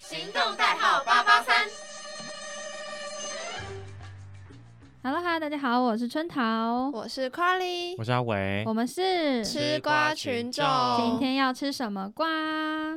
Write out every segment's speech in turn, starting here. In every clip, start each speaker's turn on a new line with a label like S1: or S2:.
S1: 行动代号八八三。
S2: Hello 哈，大家好，我是春桃，
S3: 我是 Carly，
S4: 我是阿伟
S2: 我。们是
S3: 吃瓜群众。
S2: 今天要吃什么瓜？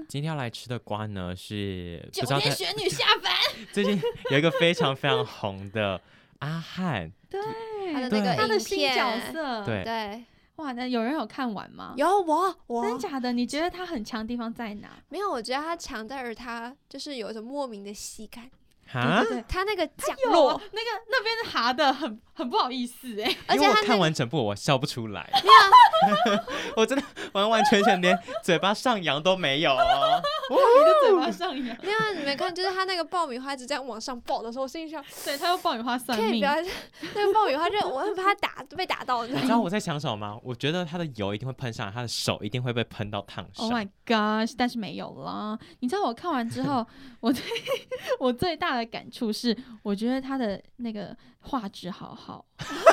S4: 今天要来吃的瓜呢是
S2: 九
S4: 不知道
S2: 天
S4: 在
S2: 玄女下凡，
S4: 最近有一个非常 非常红的阿汉，
S3: 他
S2: 对
S3: 的那个
S2: 他的
S3: 影
S2: 新
S3: 片
S2: 角色，
S4: 对
S3: 对，
S2: 哇，那有人有看完吗？
S3: 有啊我我
S2: 真假的？你觉得他很强的地方在哪？
S3: 没有，我觉得他强在于他就是有一种莫名的喜感，
S4: 哈，
S2: 对对对。
S3: 他那个降
S2: 有
S3: 落
S2: 啊，那个那边哈的很很不好意思哎、
S3: 而
S4: 因
S3: 且
S4: 为我
S3: 他那
S4: 看
S3: 个
S4: 完整部我笑不出来， 我真的完完全全连嘴巴上扬都没有 哦。
S2: 你的嘴巴上 扬，
S3: 没有你们看，就是他那个爆米花一直这样往上爆的时候，我心里想，
S2: 对他又爆米花算
S3: 可以
S2: 命
S3: 不，要那个爆米花就我很怕打被打到，你
S4: 你
S3: 知
S4: 知
S3: 道
S4: 道
S3: 吗
S4: 我在想什么吗？我觉得他的油一定会喷上来，他的手一定会被喷到烫
S2: Oh
S4: 伤
S2: my。gosh！但是没有啦。你知道我看完之后，我最我最大的感触是，我觉得他的那个画质好好。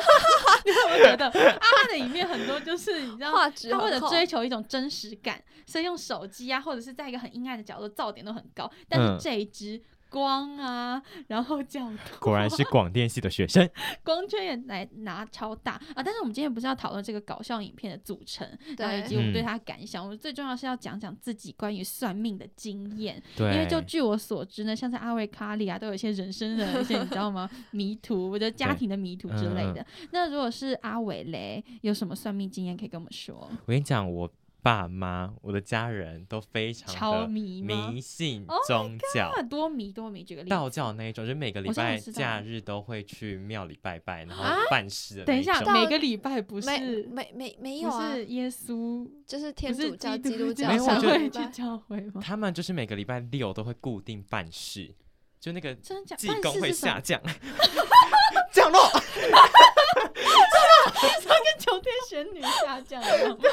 S2: 你有没有觉得啊？他的影片很多就是你知道，
S3: 画质
S2: 他为了
S3: 很厚
S2: 追求一种真实感，所以用手机啊，或者是在一个很阴暗的角落，噪点都很高。但是
S4: 嗯
S2: 这一支。光啊，然后角度，
S4: 果然是广电系的学生，
S2: 光圈也来拿超大啊！但是我们今天不是要讨论这个搞笑影片的组成，然后以及
S3: 对，
S2: 我们
S4: 嗯
S2: 对他的感想。我最重要是要讲讲自己关于算命的经验，
S4: 对，
S2: 因为就据我所知呢，像是阿维卡里啊，都有一些人生的一些你知道吗迷途，我觉得家庭的迷
S4: 嗯
S2: 途之类的。那如果是阿伟嘞，有什么算命经验可以跟我们说？
S4: 我跟你讲，我爸妈、我的家人都非
S2: 超
S4: 常的
S2: 迷吗？
S4: 迷信
S2: Oh my
S4: 宗教。
S2: 那多迷多迷，举个例子。
S4: 道教那一种，就是每个礼
S2: 我知道我
S4: 拜
S2: 知道
S4: 假日都会去庙里拜拜，然后
S2: 啊
S4: 办事的那
S2: 等一下，
S4: 种
S2: 每个礼拜不
S3: 没
S2: 是
S3: 没没没有
S2: 不
S3: 啊，
S2: 是耶稣，
S3: 就是
S2: 不
S3: 天
S2: 是
S3: 主教、基督教
S4: 没有我
S3: 上
S2: 才
S4: 觉得
S2: 会
S3: 礼
S2: 去
S3: 拜，
S2: 教会吗？
S4: 他们就是每个礼拜六都会固定办事，就那个
S2: 真假？
S4: 济
S2: 办
S4: 公
S2: 事
S4: 会
S2: 是什
S4: 下
S2: 么？
S4: 降， 降落。
S2: 跟 九天玄女下 降一样？真的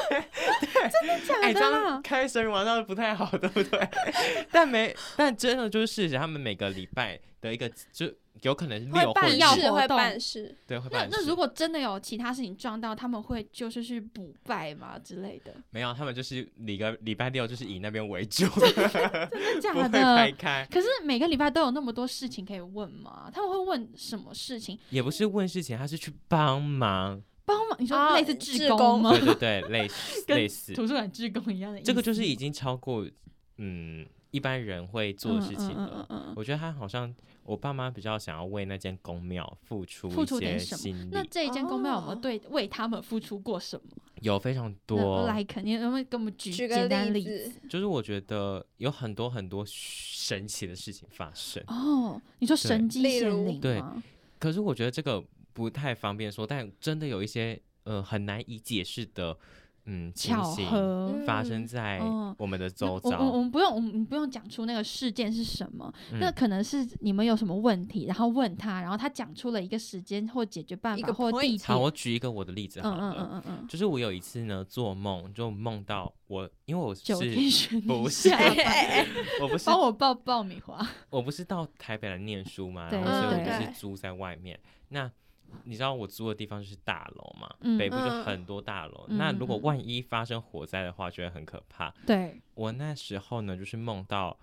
S4: 哎，
S2: 假的
S4: 这样
S2: 啦？
S4: 开神玩上不太好，对不对？ 但没，但真的就是事实，他们每个礼拜的一个就有可能
S2: 会
S4: 六或
S2: 办
S4: 日
S2: 要
S3: 是
S2: 活
S3: 会
S2: 动
S3: 办事，
S4: 对会
S2: 那
S4: 办事。
S2: 那如果真的有其他事情撞到，他们会就是去补拜嘛之类 的，
S4: 没有，他们就是礼个礼拜六就是以那边为主，
S2: 真的假
S4: 不会掰
S2: 的？
S4: 开。
S2: 可是每个礼拜都有那么多事情可以问吗？他们会问什么事情？
S4: 也不是问事情，他是去帮忙，
S2: 帮忙？你说
S3: 啊
S2: 类似
S3: 志
S2: 志工
S3: 工
S2: 吗
S4: 对？对 对，类似
S2: 跟
S4: 类似。
S2: 图书馆志工一样的意思吗，
S4: 这个就是已经超过嗯一般人会做的事情了。
S2: 嗯嗯嗯嗯嗯
S4: 我觉得他好像我爸妈比较想要为那间公庙付出
S2: 付
S4: 一
S2: 出点
S4: 些
S2: 什么
S4: 心
S2: 那
S4: 力，
S2: 这一间公庙有没有
S3: 哦
S2: 对为他们付出过什么？
S4: 有非常
S2: 那
S4: 多。
S2: ，like，你有没有给我们举
S3: 举
S2: 简
S3: 个
S2: 单的
S3: 例
S2: 例
S3: 子？，
S4: 就是我觉得有很多很多神奇的事情发生，
S2: 哦，你说神机
S3: 例
S2: 显
S3: 如
S2: 灵
S4: 对
S2: 吗？
S4: 可是我觉得这个不太方便说，但真的有一些呃很难以解释的嗯情
S2: 巧
S4: 形
S2: 合，
S4: 发生在
S2: 嗯
S4: 我们的
S2: 那
S4: 周
S2: 我我我
S4: 遭。
S2: 们不用，我们不用讲出那个事件是什么，那
S4: 嗯
S2: 可能是你们有什么问题，然后问他，然后他讲出了一个时间或解决办
S3: 一
S2: 法
S3: 个
S2: 或
S3: point
S2: 地点。
S4: 好，我举一个我的例子
S2: 嗯
S4: 好
S2: 嗯
S4: 了，
S2: 嗯嗯嗯，
S4: 就是我有一次呢做梦，就梦到我，因为我是
S2: 九天玄女
S4: 不是
S2: 下
S4: 哎
S2: 凡，
S4: 我不是
S2: 帮 我爆爆米花。
S4: 我不是到台北来念书嘛，
S2: 对
S4: 然后所以
S2: 对
S4: 我就
S3: 嗯对
S4: 是租在外面。那你知道我租的地方就是大楼嘛，
S2: 嗯
S4: 北部就
S3: 嗯
S4: 很多大楼。
S2: 嗯
S4: 那
S2: 嗯
S4: 如果
S2: 嗯
S4: 万一发生火灾的话，就会很可怕。
S2: 对，
S4: 我那时候呢，就是梦到，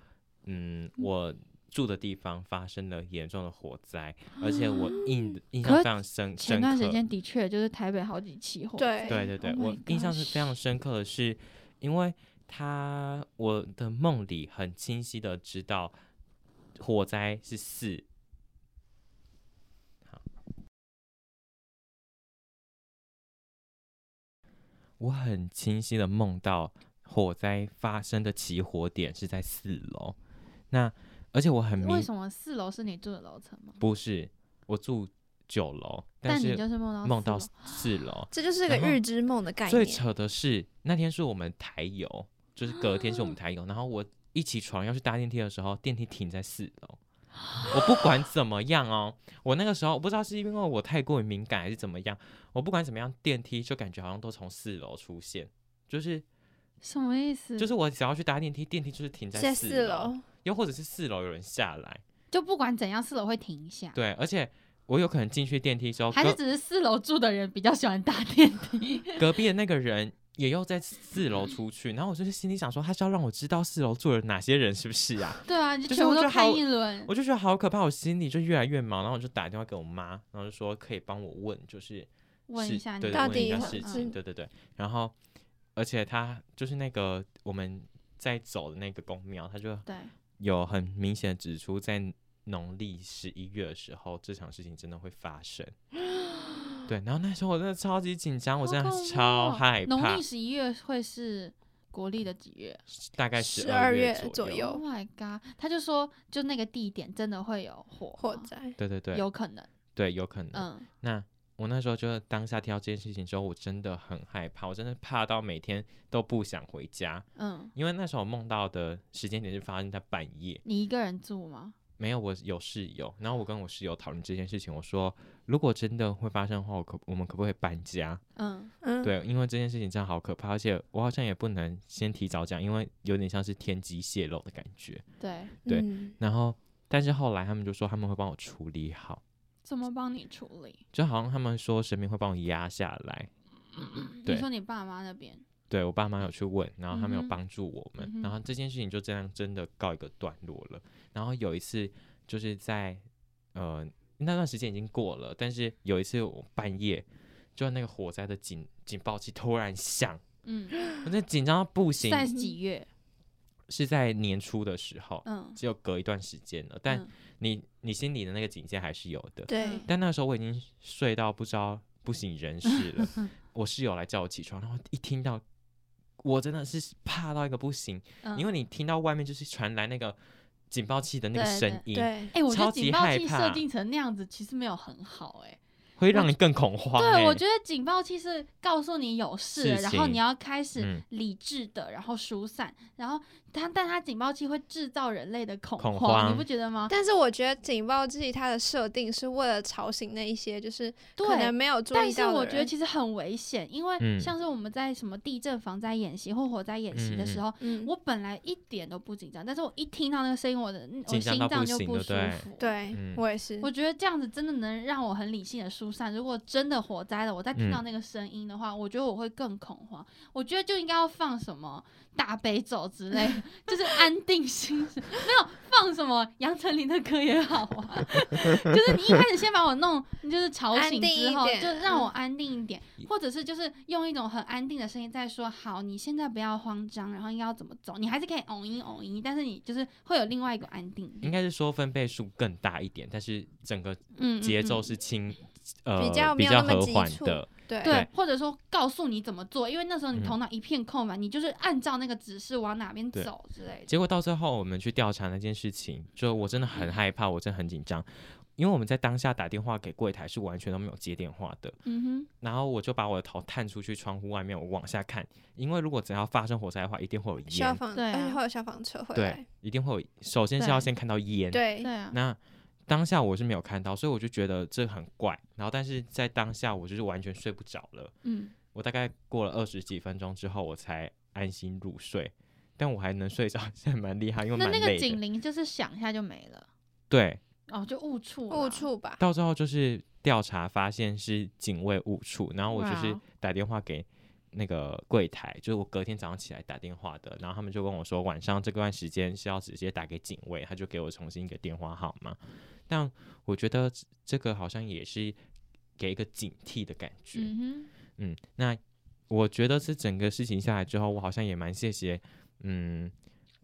S4: 嗯，我住的地方发生了严重的火灾，而且我印
S2: 嗯
S4: 印
S2: 可
S4: 象
S2: 是
S4: 非常深
S2: 前
S4: 深
S2: 段时
S4: 刻。
S2: 间的确就是台北好几起火
S3: 对
S2: 灾。
S4: 对对对
S2: Oh my
S4: 我印象是非常
S2: gosh
S4: 深刻的是，因为他我的梦里很清晰的知道火灾是四。好我很清晰的梦到火灾发生的起火点是在四楼，那而且我很明
S2: 为什么四楼是你住的楼层吗？
S4: 不是我住九楼，
S2: 但你
S4: 是
S2: 就是梦到
S4: 梦到
S2: 四楼
S4: 四楼，
S3: 这就是个
S4: 然后
S3: 日之梦的概
S4: 最
S3: 念。
S4: 扯的是那天是我们台游，就是隔天是我们台游，然后我一起床要去搭电梯的时候，电梯停在四楼。我不管怎么样哦，我那个时候不知道是因为我太过于敏感还是怎么样，我不管怎么样，电梯就感觉好像都从四楼出现，就是
S2: 什么意思？
S4: 就是是我只要去搭电梯，电梯就是停
S3: 在
S4: 四
S3: 四
S4: 楼，
S3: 楼，
S4: 又或者是四楼有人下来，
S2: 就不管怎样，四楼会停一下。
S4: 对，而且我有可能进去电梯之后，
S2: 还是
S4: 隔
S2: 只是四楼住的人比较喜欢搭电梯？
S4: 隔壁的那个人也要在四楼出去，然后我就是心里想说，他是要让我知道四楼住了哪些人，是不是 啊？
S2: 对啊，你
S4: 就是
S2: 全部
S4: 我
S2: 都
S4: 就
S2: 看
S4: 好
S2: 一轮，
S4: 我就觉得好可怕，我心里就越来越忙，然后我就打电话给我妈，然后就说可以帮我问，就是
S2: 问一
S4: 事
S2: 下你
S4: 对
S3: 到
S4: 问一
S3: 底
S4: 下
S3: 会
S4: 事
S2: 嗯
S4: 情，对对对。然后，而且他就是那个我们在走的那个公庙，他就
S2: 对，
S4: 有很明显的指出，在农历十一月的时候，这场事情真的会发生。对，然后那时候我真的超级紧张，我
S2: 好
S4: 真的
S2: 恐怖
S4: 超
S2: 哦
S4: 害
S2: 农
S4: 怕
S2: 历。十一月会是国历的几月
S4: 大概
S3: 12
S4: 二
S3: 月
S4: 左
S3: 左右
S2: ？Oh my god！他就说，就那个地点真的会有火吗，
S4: 哦
S3: 火灾，
S4: 对对对，
S2: 有可能，
S4: 对有可能。
S2: 嗯，
S4: 那我那时候就是当下听到这件事情之后，我真的很害怕，我真的怕到每天都不想回家，
S2: 嗯，
S4: 因为那时候我梦到的时间点是发生在半夜，
S2: 你一个人住吗？嗯
S4: 没有我有室友，然后我跟我室友讨论这件事情，我说如果真的会发生的话，我可我们可不可以搬家？
S2: 嗯，
S3: 嗯，
S4: 对，因为这件事情真的好可怕，而且我好像也不能先提早讲，因为有点像是天机泄露的感觉。
S2: 对，
S4: 对
S3: 嗯
S4: 然后，但是后来他们就说他们会帮我处理好，
S2: 怎么帮你处理？
S4: 就好像他们说神明会帮我压下来，
S2: 你
S4: 对
S2: 说你爸妈那边，
S4: 对我爸妈有去问，然后他们
S2: 嗯
S4: 有
S2: 哼
S4: 帮助我们，
S2: 嗯哼
S4: 然后这件事情就这样真的告一个段落了。然后有一次就是在呃那段时间已经过了，但是有一次我半夜就那个火灾的警警报器突然响，
S2: 嗯，
S4: 我真的紧张到不行。
S2: 在几月？
S4: 是在年初的时候，
S2: 嗯，
S4: 只有隔一段时间了，但
S2: 嗯
S4: 你你心里的那个警戒还是有的。
S3: 对
S2: 嗯，
S4: 但那时候我已经睡到不知道不省人事 了，我室友来叫我起床，然后一听到，我真的是怕到一个不行，
S2: 嗯
S4: 因为你听到外面就是传来那个警报器的那个
S2: 对
S4: 声
S2: 对
S4: 音，
S3: 对，
S2: 哎、我觉得
S4: 超级
S2: 警报
S4: 害
S2: 器
S4: 怕
S2: 设定成那样子，其实没有很好、哎。
S4: 会让你更恐慌、欸。
S2: 对，我觉得警报器是告诉你有事了，
S4: 事
S2: 然后你
S4: 情
S2: 要开始
S4: 嗯
S2: 理智的，然后疏散，然后它，但它警报器会制造人类的恐
S4: 恐
S2: 你
S4: 慌
S2: 不觉得吗？
S3: 但是我觉得警报器它的设定是为了吵醒那一些就是可能
S2: 对。
S3: 没有注
S2: 但
S3: 意
S2: 是
S3: 到的人。
S2: 我觉得其实很危险，因为
S4: 嗯
S2: 像是我们在什么地震防灾演习或火灾演习的时
S4: 嗯嗯
S2: 候，
S3: 嗯，
S2: 我本来一点都不紧张，但是我一听到那个声音，我的嗯我
S4: 紧
S2: 心
S4: 张到
S2: 脏
S4: 不
S2: 就
S4: 行
S2: 不
S4: 对
S2: 舒
S4: 不对
S2: 服。，
S3: 对、
S4: 嗯
S3: 我也是，
S2: 我觉得这样子真的能让我很理性的疏散。如果真的火灾了，我再听
S4: 嗯
S2: 到那个声音的话，我觉得我会更恐慌。我觉得就应该要放什么大悲咒之类的， 就是安定心神。没有放什么杨丞琳的歌也好啊， 就是你一开始先把我弄，就是吵醒之后
S3: 安定一，点嗯
S2: 就让我安定一点，或者是就是用一种很安定的声音在说：好，你现在不要慌张，然后应该要怎么走，你还是可以嗡一嗡一，但是你就是会有另外一个安定力
S4: 应。该是说分贝数更大一点，但是整个
S2: 嗯，嗯
S4: 节
S2: 嗯
S4: 奏是轻，呃，
S3: 比较没
S4: 比
S3: 有
S4: 较
S3: 那么
S4: 和
S3: 急
S4: 缓
S3: 促
S4: 的。
S3: 对
S2: 对
S4: 对，
S2: 或者说告诉你怎么做，因为那时候你
S4: 嗯
S2: 头脑一片空白，你就是按照那个指示往哪边
S4: 对
S2: 走之类的。
S4: 结果到最后，我们去调查那件事情，就我真的很害怕，我真的很紧张，因为我们在当下打电话给柜台是完全都没有接电话的。
S2: 嗯
S4: 然后我就把我的头探出去窗户外面，我往下看，因为如果只要发生火灾的话，一定会有
S3: 消
S4: 烟，
S3: 防
S2: 对啊
S3: 而且会有消防车回
S4: 对
S3: 来，，
S4: 一定会有。首先是要
S2: 对
S4: 先看到烟，
S2: 哼，
S3: 对
S2: 对啊，
S4: 那当下我是没有看到，所以我就觉得这很怪。然后但是在当下我就是完全睡不着了，
S2: 嗯，
S4: 我大概过了二十几分钟之后，我才安心入睡。但我还能睡着， 是蛮厉害，因为
S2: 那
S4: 蛮
S2: 那个
S4: 累
S2: 警
S4: 的。
S2: 铃就是响一下就没了，
S4: 对，
S2: 哦，就误触啦
S3: 误，触吧，
S4: 到最后就是调查发现是警卫误触，然后我就是
S2: 哇
S4: 打电话给那个柜台，就是我隔天早上起来打电话的，然后他们就跟我说晚上这段时间是要直接打给警卫，他就给我重新一个电话号码。但我觉得这这个好像也是给一个警惕的感觉，嗯
S2: 嗯
S4: 那我觉得是整个事情下来之后，我好像也蛮谢谢，嗯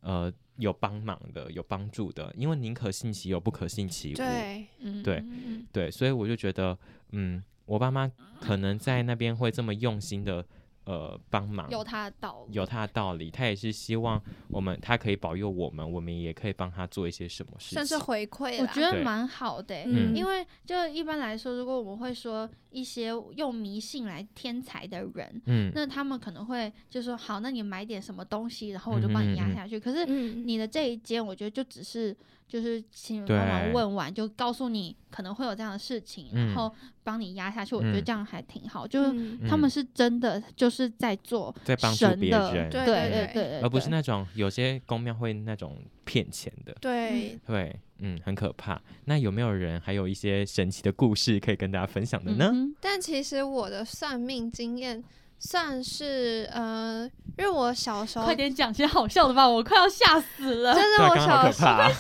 S4: 呃有帮忙的，有帮助的，因为宁可信其有，不可信其无。
S3: 对
S2: 哼，嗯，
S4: 对
S2: 嗯，嗯
S4: 对，所以我就觉得，嗯，我爸妈可能在那边会这么用心的，呃，帮忙
S2: 嗯，有他的道理，
S4: 有他的道理，他也是希望我们，他可以保佑我们，我们也可以帮他做一些什么事
S3: 算是
S4: 情。
S3: 回馈啦。
S2: 我觉得
S4: 对
S2: 蛮好的欸、
S3: 嗯，
S2: 因为就一般来说，如果我们会说一些用迷信来天才的人，
S4: 嗯，
S2: 那他们可能会就说好，那你买点什么东西，然后我就帮
S4: 嗯
S2: 你压下去。可是
S3: 嗯，
S2: 你的这一间，我觉得就只是就是请帮忙
S4: 对
S2: 问完，就告诉你可能会有这样的事情，
S4: 嗯
S2: 然后帮你压下去。我觉得
S4: 嗯
S2: 这样还挺好，就是
S3: 嗯
S2: 他们
S4: 嗯
S2: 是真的就是在做
S4: 在帮助
S2: 神
S4: 别
S2: 的
S4: 人，
S2: 对
S3: 对
S2: 对对对，
S4: 而不是
S2: 对
S4: 那种有些公庙会那种骗钱的。
S3: 对，
S4: 对，嗯，很可怕。那有没有人还有一
S2: 嗯
S4: 些神奇的故事可以跟大家分享的呢？
S2: 嗯哼
S3: 但其实我的算命经验算是呃，因为我小时候
S2: 快点讲些好笑的吧，我快要吓死了。
S3: 真
S4: 对
S3: 的，
S4: 啊，
S3: 我
S4: 刚刚好
S3: 小
S4: 可怕啊。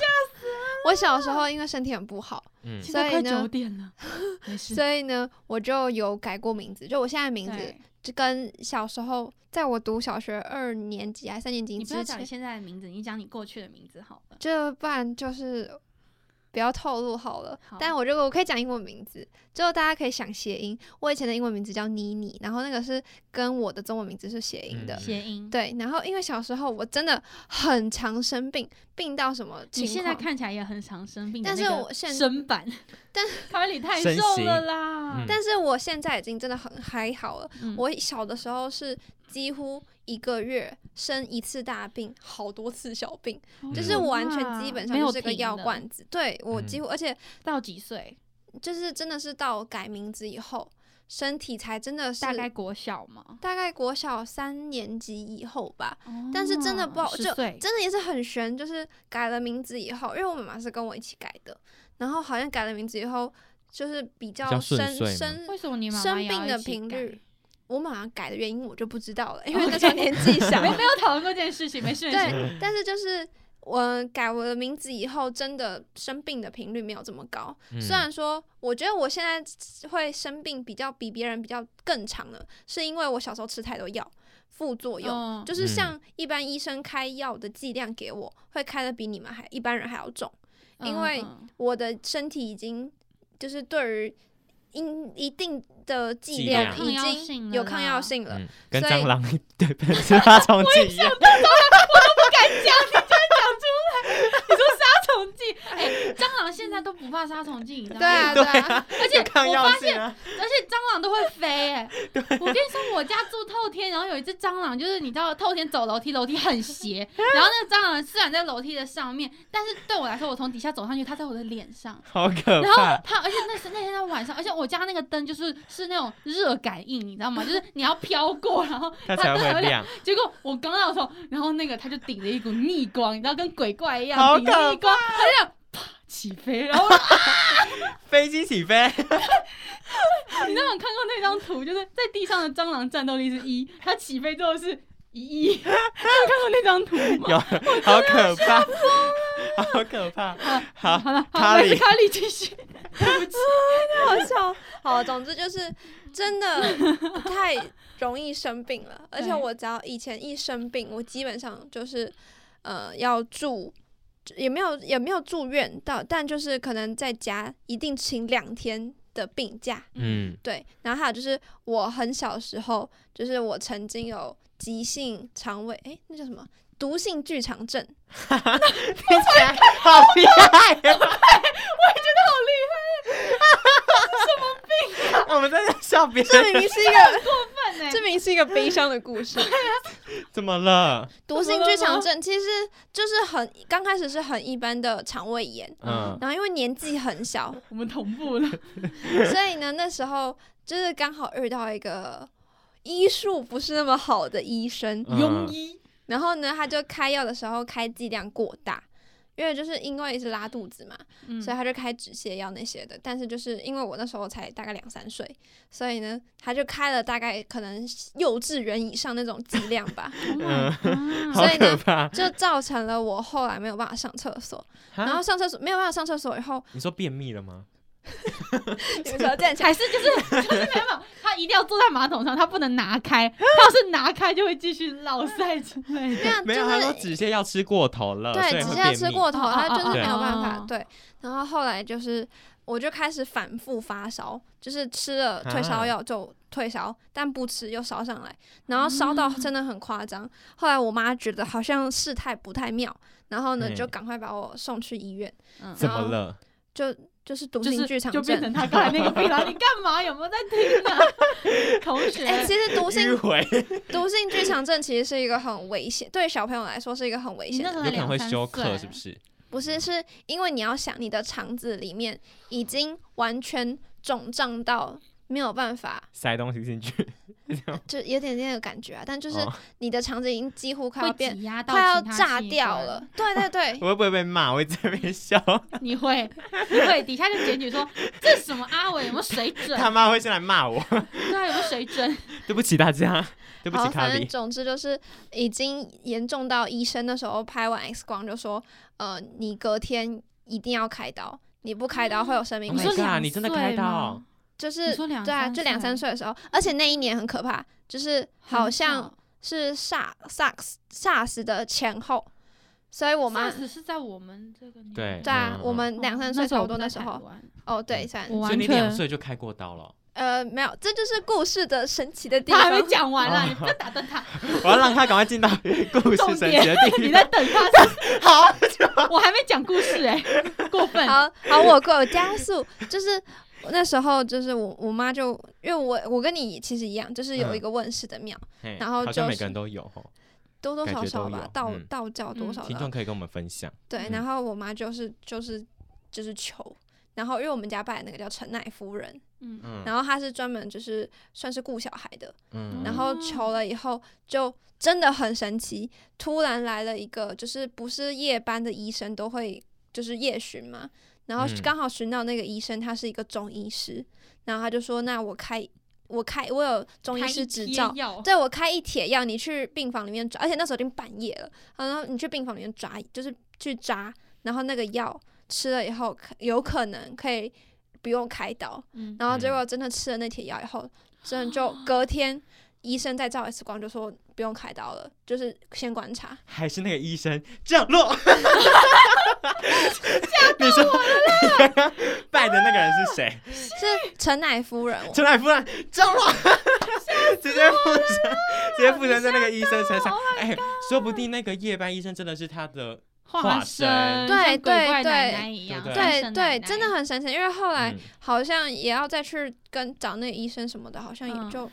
S3: 我小时候因为身体很不好，
S4: 嗯
S2: 现在
S3: 所
S2: 快
S3: 以呢
S2: 九点 了，没事。
S3: 所以呢，我就有改过名字，就我现在的名字
S2: 对
S3: 就跟小时候，在我读小学二年级还是三年级
S2: 你不要
S3: 之
S2: 讲
S3: 前
S2: 你，现在的名字，你讲你过去的名字好了。
S3: 就不然就是不要透露好了。
S2: 好
S3: 但我这个我可以讲英文名字，之后大家可以想谐音。我以前的英文名字叫妮妮，然后那个是跟我的中文名字是谐音的。
S4: 嗯
S2: 谐音。
S3: 对，然后因为小时候我真的很常生病，病到什么情
S2: 你
S3: 况？
S2: 现在看起来也很常生病的
S3: 但
S2: 那
S3: 是
S2: 个身板，
S3: 我现 但
S2: 但卡梅里太
S4: 身
S2: 瘦
S4: 形
S2: 了啦
S4: 嗯。
S3: 但是我现在已经真的很还好了。
S2: 嗯
S3: 我小的时候是几乎一个月生一次大病，好多次小病， 就是我完全基本上
S2: 哦没有
S3: 就是个
S2: 停
S3: 药
S2: 的
S3: 罐子。对我
S4: 嗯
S3: 几乎，而且
S2: 到几岁？
S3: 就是真的是到改名字以后，身体才真的是
S2: 大概国小嘛。
S3: 大概国小三年级以后吧。但是真的不好，
S2: 哦
S3: 就
S2: 10岁
S3: 真的也是很悬，就是改了名字以后，因为我妈妈是跟我一起改的，然后好像改了名字以后，就是比较
S4: 较顺
S3: 深
S4: 遂吗
S3: 深
S2: 为什么你妈妈
S3: 生
S2: 也
S3: 病
S2: 要
S3: 的
S2: 一起
S3: 频
S2: 改
S3: 率？我马上改的原因我就不知道 了，因为那时候年纪 小
S2: 没。没有讨论过这件事情，没事。没事，
S3: 对，但是就是我改我的名字以后，真的生病的频率没有这么高。
S4: 嗯
S3: 虽然说，我觉得我现在会生病比较比别人比较更长了，是因为我小时候吃太多药，副作用。
S2: 嗯
S3: 就是像一般医生开药的剂量给我，会开的比你们还一般人还要重。因为
S2: 嗯
S3: 我的身体已经就是对于因一定的剂
S4: 剂
S3: 量
S4: 量
S3: 已
S2: 抗药性
S3: 经
S2: 了
S3: 有抗药
S2: 啦
S3: 性了，
S4: 嗯，跟
S3: 所以
S4: 蟑螂 对喷射杀虫剂一样，
S2: 杀虫剂，哎，蟑螂现在都不怕杀虫剂，你知道
S3: 对
S2: 吗？
S3: 啊，
S4: 对
S3: 啊，
S2: 而且
S4: 有抗
S2: 我
S4: 药
S2: 发
S4: 性
S2: 现，
S4: 啊。
S2: 而且蟑螂都会飞 哎、我跟你说，我家住透天，然后有一只蟑螂，就是你知道透天走楼梯，楼梯很 斜，然后那个蟑螂虽然在楼梯的上面，但是对我来说，我从底下走上去，它在我的脸上。
S4: 好可
S2: 然后
S4: 怕！
S2: 它，而且那是那天在晚上，而且我家那个灯就是是那种热感应，你知道吗？就是你要飘过，然后
S4: 它
S2: 它
S4: 才
S2: 灯有亮。
S4: 会亮，
S2: 结果我刚到的时候，然后那个它就顶着一股逆光，你知道跟鬼怪一样，
S4: 好
S2: 顶着逆
S4: 可
S2: 光，它就这样啪起飞，然后我
S4: 飞机起 飞，
S2: 你那有看过那张图，就是在地上的蟑螂战斗力是一，它起飞之后是 一亿。你有看过那张图吗？
S4: 有好可怕，好可怕！好，
S2: 好了，好，
S4: 啊卡
S2: 没事
S4: 里
S2: 卡里继续。对不起，
S3: 好笑。好，总之就是真的太容易生病了，而且
S2: 对
S3: 我只要以前一生病，我基本上就是呃要住。也没有也没有住院到，但就是可能在家一定请两天的病假，
S4: 嗯，
S3: 对。然后还有就是我很小时候，就是我曾经有急性肠胃，诶，那叫什么毒性巨肠症，
S4: 听起来好厉害哦！我们在这笑别
S3: 这
S4: 人
S3: 明明是一个
S2: 笨呢、
S3: 这明明是一个悲伤的故事，
S4: 怎么了？
S3: 毒性巨肠症其实就是很刚开始是很一般的肠胃炎，
S4: 嗯，
S3: 然后因为年纪很小，
S2: 我们同步了。
S3: 所以呢那时候就是刚好遇到一个医术不是那么好的医生，
S4: 嗯
S2: 庸医，
S3: 然后呢他就开药的时候开剂量过大。因为就是因为是拉肚子嘛，
S2: 嗯
S3: 所以他就开止泻药那些的。但是就是因为我那时候才大概两三岁，所以呢，他就开了大概可能幼稚园以上那种剂量吧，
S2: 嗯
S4: 好
S3: 所以呢
S4: 可怕！
S3: 就造成了我后来没有办法上厕所。
S2: 啊
S3: 然后
S4: 哈
S3: 上厕所没有办法上厕所以 后，
S4: 你说便秘了吗？
S3: 有时候这样讲，
S2: 还是就是就是没办法，他一定要坐在马桶上，他不能拿开，他要是拿开就会继续落塞之类的。
S3: 那
S4: 没有，他说
S3: 就是
S4: 止泻药吃过
S2: 呃
S4: 头了，所
S3: 对，
S4: 以
S3: 只
S4: 会
S3: 是要
S4: 便
S3: 吃
S4: 秘。
S3: 过头，
S2: 哦
S3: 他就是
S2: 哦
S3: 没有办法
S2: 哦
S3: 对。然后后来就是，我就开始反复发烧，就是吃了
S2: 啊
S3: 退烧药就退烧，但不吃又烧上来，
S2: 嗯
S3: 然后烧到真的很夸张。后来我妈觉得好像事态不太妙，然后呢
S4: 嗯
S3: 就赶快把我送去医院，
S2: 嗯
S4: 怎么了？
S3: 就就是毒
S2: 就
S3: 性剧
S2: 是
S3: 场
S2: 就变成
S3: 症。
S2: 他刚才那个病了，你干嘛？有没有在听 啊？同学，
S3: 哎、其实毒 性
S4: 迂回，
S3: 毒性剧场症其实是一个很危险，对小朋友来说是一个很危
S2: 你
S3: 险
S2: 那
S3: 的
S2: 时候
S4: 有
S2: 才
S4: 可能会
S2: 两三
S4: 休克，
S2: 岁
S4: 是不是？
S3: 不是，是因为你要想，你的肠子里面已经完全肿胀到没有办法，
S4: 塞东西进去，
S3: 就有点那个感觉啊。但就是
S4: 哦
S3: 你的肠子已经几乎快
S2: 会
S3: 要变，
S2: 挤压到
S3: 快要
S2: 其他
S3: 炸
S2: 器
S3: 掉
S2: 官
S3: 了。。对对对，
S4: 我会不会被骂？我会在那边笑，
S2: 你会，你会，底下就检举说这什么阿伟有没有水准？
S4: 他妈会先来骂我。
S2: 对啊，有没有水准？
S4: 对不起 大家， 对不
S3: 好，
S4: 起卡
S3: 反正
S4: 比。
S3: 总之就是已经严重到医生那时候拍完 X 光就说，呃，你隔天一定要开刀，你不开刀会有生命
S2: 你
S3: 危
S2: 说
S4: 说 Oh
S3: 险。
S4: my god，
S2: 两
S4: 你真的
S2: 岁
S4: 开刀
S2: 吗？
S3: 就是
S2: 你说两
S3: 对啊，就两三，岁的时候，而且那一年很可怕，就是好
S2: 很
S3: 像
S2: 小
S3: 是 SARS SARS SARS 的前后，所以我妈
S2: SARS 是在我们这个年
S4: 对
S2: 代
S3: 对啊
S4: 嗯，嗯
S3: 我
S2: 哦
S3: 们两三岁
S2: 那
S3: 差不多
S2: 我嗯
S3: 那
S2: 不
S3: 时
S2: 在台
S3: 候，
S2: 湾
S3: 哦对，三
S2: 我
S4: 所以
S2: 完
S4: 你两
S2: 全
S4: 岁就开过刀了，
S3: 呃没有，这就是故事的神奇的地
S2: 他还
S3: 方。
S2: 没讲完
S4: 哦
S2: 啦，你不要打断 他，
S4: 我要让他赶快进到故事神奇的地
S2: 你
S4: 方。
S2: 在等他，
S4: 好，
S2: 我还没讲故事哎，过分。
S3: 好好，我给我加速，就是那时候就是我我妈就因为我我跟你其实一样，就是有一
S4: 嗯
S3: 个问世的庙，
S4: 嘿
S3: 然后
S4: 好
S3: 就
S4: 像每
S3: 是
S4: 个人都有哦，
S3: 多多
S4: 感
S3: 少
S4: 觉
S3: 少
S4: 都
S3: 吧
S4: 有，
S3: 道
S4: 嗯
S3: 道教多
S2: 嗯
S3: 少
S4: 听
S3: 的
S4: 众，可以跟我们分享。
S3: 对。
S4: 嗯
S3: 然后我妈就是就是就是求，然后因为我们家拜的那个叫陈奶夫人，
S2: 嗯，
S4: 嗯
S3: 然后她是专门就是算是顾小孩的，
S4: 嗯
S3: 然后
S2: 哦
S3: 求了以后就真的很神奇，突然来了一个，就是不是夜班的医生都会就是夜巡嘛，然后
S4: 嗯
S3: 刚好巡到那个医生，他是一个中医师，然后他就说：“那我开我开我有中医
S2: 开一
S3: 师执
S2: 贴
S3: 照，
S2: 药
S3: 对我开一帖药，你去病房里面抓，而且那时候已经半夜了，然后你去病房里面抓，就是去扎，然后那个药吃了以后，可有可能可以不用开刀，
S2: 嗯
S3: 然后结果真的吃了那帖药以后，真的
S4: 啊
S3: 就隔天医生再照 X 光就说不用开刀了，就是先观察。
S4: 还是那个医生降 落，你说你 刚刚拜的那个人是谁？
S3: 啊是陈乃夫 人，我
S4: 陈乃夫人降落，直接附身，直接附身在那个医生身
S3: Oh
S4: 上。哎，说不定那个夜班医生真的是他的。
S2: 化
S4: 化
S2: 身，
S4: 身
S3: 对
S2: 像鬼
S3: 对
S2: 怪奶
S3: 对
S2: 奶一样，
S4: 对
S2: 战
S3: 对
S2: 胜奶
S3: 对，
S2: 奶
S3: 真的很神奇，因为后来
S4: 嗯
S3: 好像也要再去跟找那个医生什么的，好像
S2: 嗯
S3: 也就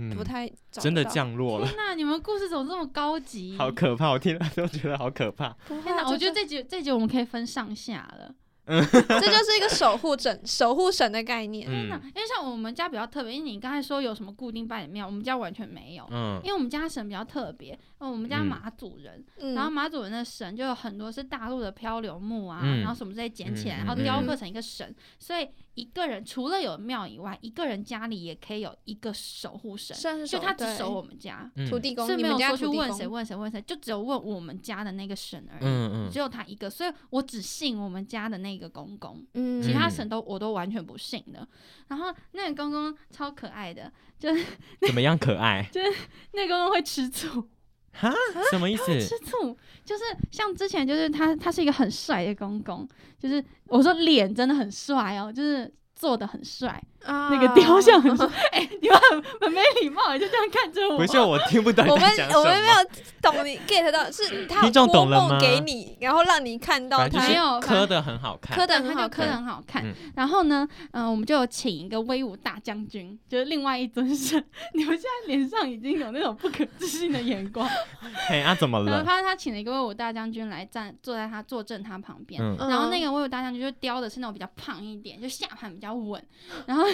S4: 嗯
S3: 不太找
S4: 真的
S3: 到
S4: 降落了，
S2: 天哪，你们故事怎么这么高级？
S4: 好可怕！我听了都觉得好可怕。
S3: 不会
S2: 天
S3: 啊
S2: 哪，我
S3: 这
S2: 觉
S3: 就
S2: 得这集这集我们可以分上下了。
S3: 这就是一个守护神、守护神的概念。
S2: 天
S4: 嗯
S2: 哪，因为像我们家比较特别，因为你刚才说有什么固定拜的庙，我们家完全没有。
S4: 嗯
S2: 因为我们家神比较特别，呃我们家
S4: 嗯
S2: 马祖人，
S3: 嗯，
S2: 然后马祖人的神就有很多是大陆的漂流木啊，
S4: 嗯
S2: 然后什么之类捡起来，
S4: 嗯嗯
S2: 然后雕
S3: 嗯
S2: 刻成一个神。所以一个人除了有庙以外，一个人家里也可以有一个守护神，
S3: 算是
S2: 就
S3: 守
S2: 他只
S3: 对
S2: 守我们家，
S4: 嗯
S3: 土地公，
S2: 是
S3: 你
S2: 没
S3: 们
S2: 有
S3: 家土
S2: 说去
S3: 地
S2: 问
S3: 公
S2: 谁问谁问谁，就只有问我们家的那个神而已，
S4: 嗯
S2: 只有他一个。所以我只信我们家的那个公公。
S3: 嗯，
S2: 其
S4: 嗯
S2: 他神都我都完全不信的。然后那个公公超可爱的，
S4: 嗯，怎么样可爱？
S2: 那个公公会吃醋，
S4: 哈，什么意思？
S2: 吃醋就是像之前就是他他是一个很帅的公公，就是我说脸真的很帅哦，就是。做的很帅，
S4: 嗯
S3: 啊
S2: 那个雕 像很帅。哎、你们很很没礼貌，欸就这样看着啊我。
S4: 不是，我听不懂
S3: 我
S4: 你
S3: 们
S4: 在讲什么。
S3: 我们没有懂你 get 到，是他
S4: 听
S3: 有
S4: 众
S3: 托
S4: 懂了
S3: 梦
S4: 吗
S3: 给你，然后让你看到
S4: 反正
S3: 他
S4: 就
S2: 没有
S4: 是
S2: 反正
S4: 磕的很好看。
S3: 刻的
S2: 对，
S3: 很
S2: 他
S3: 好
S2: 就刻的
S3: 看。
S2: 很好看。
S4: 嗯
S2: 然后呢，嗯、我们就有请一个威武大将军，就是另外一尊神。 你们现在脸上已经有那种不可置信的眼光。
S4: 嘿，啊，怎么
S2: 然后
S4: 了？
S2: 他他请了一个威武大将军来站，坐在他坐正他旁边。
S4: 嗯，
S3: 嗯
S2: 然后那个威武大将军就雕的是那种比较胖一点，就下盘比较稳，然后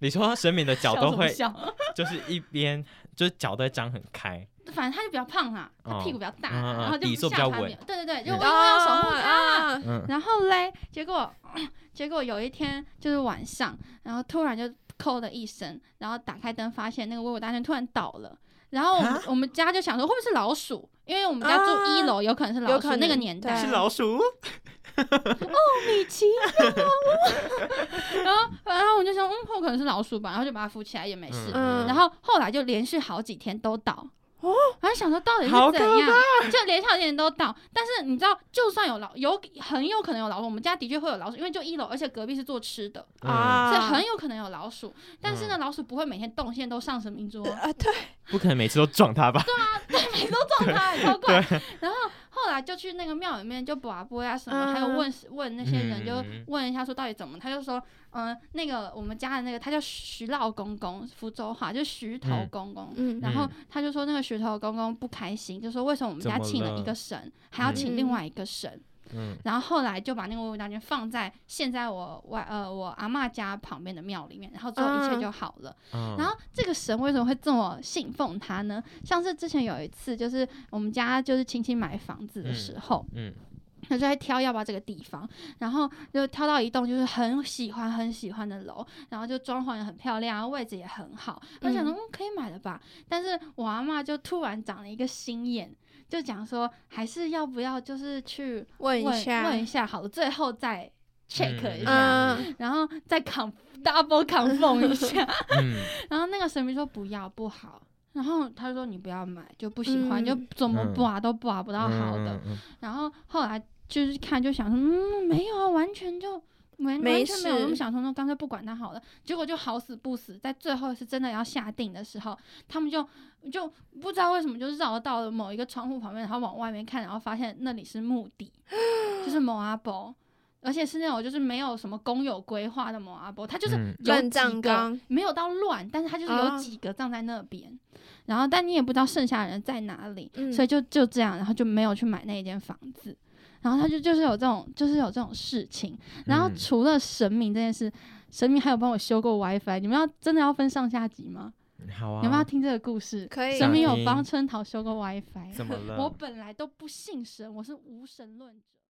S4: 你说神明的脚
S2: 笑
S4: 都
S2: 什么
S4: 会，
S2: 笑，
S4: 就是一边就是脚都会张很开，
S2: 反正他就比较胖啦，他
S4: 哦
S2: 屁股比较大，
S4: 嗯嗯嗯
S2: 然后就
S4: 底座比
S2: 下
S4: 较
S2: 盘
S4: 稳
S2: 比对对对，就
S4: 嗯
S2: 我也要守护他。
S3: 啊，
S4: 嗯，
S2: 然后嘞，结果结果有一天就是晚上，然后突然就扣的一声，然后打开灯发现那个威武大将突然倒了，然后我们
S4: 啊
S2: 我们家就想说会不会是老鼠，因为我们家住一楼，有可能是老
S3: 啊有
S2: 鼠
S3: 可，
S2: 那个
S3: 能
S2: 年
S3: 对
S2: 代
S4: 是老鼠，
S2: 米奇，然后然后我就想，嗯，后可能是老鼠吧，然后就把它扶起来也没事。
S3: 嗯
S2: 然后后来就连续好几天都倒。哦，然后想说到底是
S4: 好
S2: 怎
S4: 可
S2: 样，就连续好几天都倒。但是你知道，就算有老有很有可能有老鼠，我们家的确会有老鼠，因为就一楼，而且隔壁是做吃的，
S4: 啊，
S3: 啊
S2: 所以很有可能有老鼠。但是呢，老鼠不会每天动，现在都上 神明桌，
S3: 啊，对，
S4: 不可能每次都撞他吧？
S2: 每 天都撞它，超怪。然后后来就去那个庙里面就卜啊卜呀什么，还有
S3: 嗯
S2: 问问那些人，就
S4: 嗯
S2: 问一下说到底怎么，他就说，嗯、那个我们家的那个他叫徐老公公，福州话就徐头
S4: 嗯
S2: 公公。
S3: 嗯
S2: 然后他就说那个徐头公公不开心，就说为什么我们
S4: 怎
S2: 家
S4: 么
S2: 请了一
S4: 了
S2: 个神，还要请另
S3: 嗯
S2: 外一个神？
S4: 嗯，
S2: 然后后来就把那个味味大卷放在现在我外呃我阿嬷家旁边的庙里面，然后最后一切
S3: 啊
S2: 就好了。
S4: 嗯
S2: 然后这个神为什么会这么信奉他呢？像是之前有一次，就是我们家就是亲戚买房子的时候，
S4: 嗯
S2: 他就在挑要不要这个地方，然后就挑到一栋就是很喜欢很喜欢的楼，然后就装潢也很漂亮，位置也很好，我想说、嗯、可以买了吧。但是我阿嬷就突然长了一个心眼，就讲说还是要不要就是去
S3: 问一下，
S2: 问一下好了，最后再 check 一下，
S4: 嗯
S2: 然后再 con double confirm 一下。
S4: 嗯
S2: 然后那个神明说不要不好，然后他就说你不要买，就不喜欢，
S3: 嗯
S2: 就怎么
S4: 嗯
S2: 拔都拔不到好的。，
S4: 嗯
S2: 然后后来就是看就想说，嗯，没有啊，完全就。完
S3: 没
S2: 完全没有，
S3: 事
S2: 我们想说，那干脆不管他好了。结果就好死不死，在最后是真的要下定的时候，他们就就不知道为什么就绕到了某一个窗户旁边，然后往外面看，然后发现那里是墓地，就是某阿伯，而且是那种就是没有什么公有规划的某阿伯，他就是
S4: 嗯
S2: 有
S3: 乱
S2: 几
S3: 葬
S2: 个
S3: 岗，
S2: 没有到乱，但是他就是有
S3: 啊
S2: 几个葬在那边，然后但你也不知道剩下的人在哪里，
S3: 嗯
S2: 所以就就这样，然后就没有去买那一间房子。然后他就就是有这种，就是有这种事情。然后
S4: 嗯
S2: 除了神明这件事，神明还有帮我修过 WiFi。你们要真的要分上下集吗？
S4: 嗯好啊，
S2: 你们要听这个故事？
S3: 可以
S2: 神明
S4: 想
S2: 有
S4: 听
S2: 帮春桃修过 WiFi。啊
S4: 怎么了？
S2: 我本来都不信神，我是无神论者。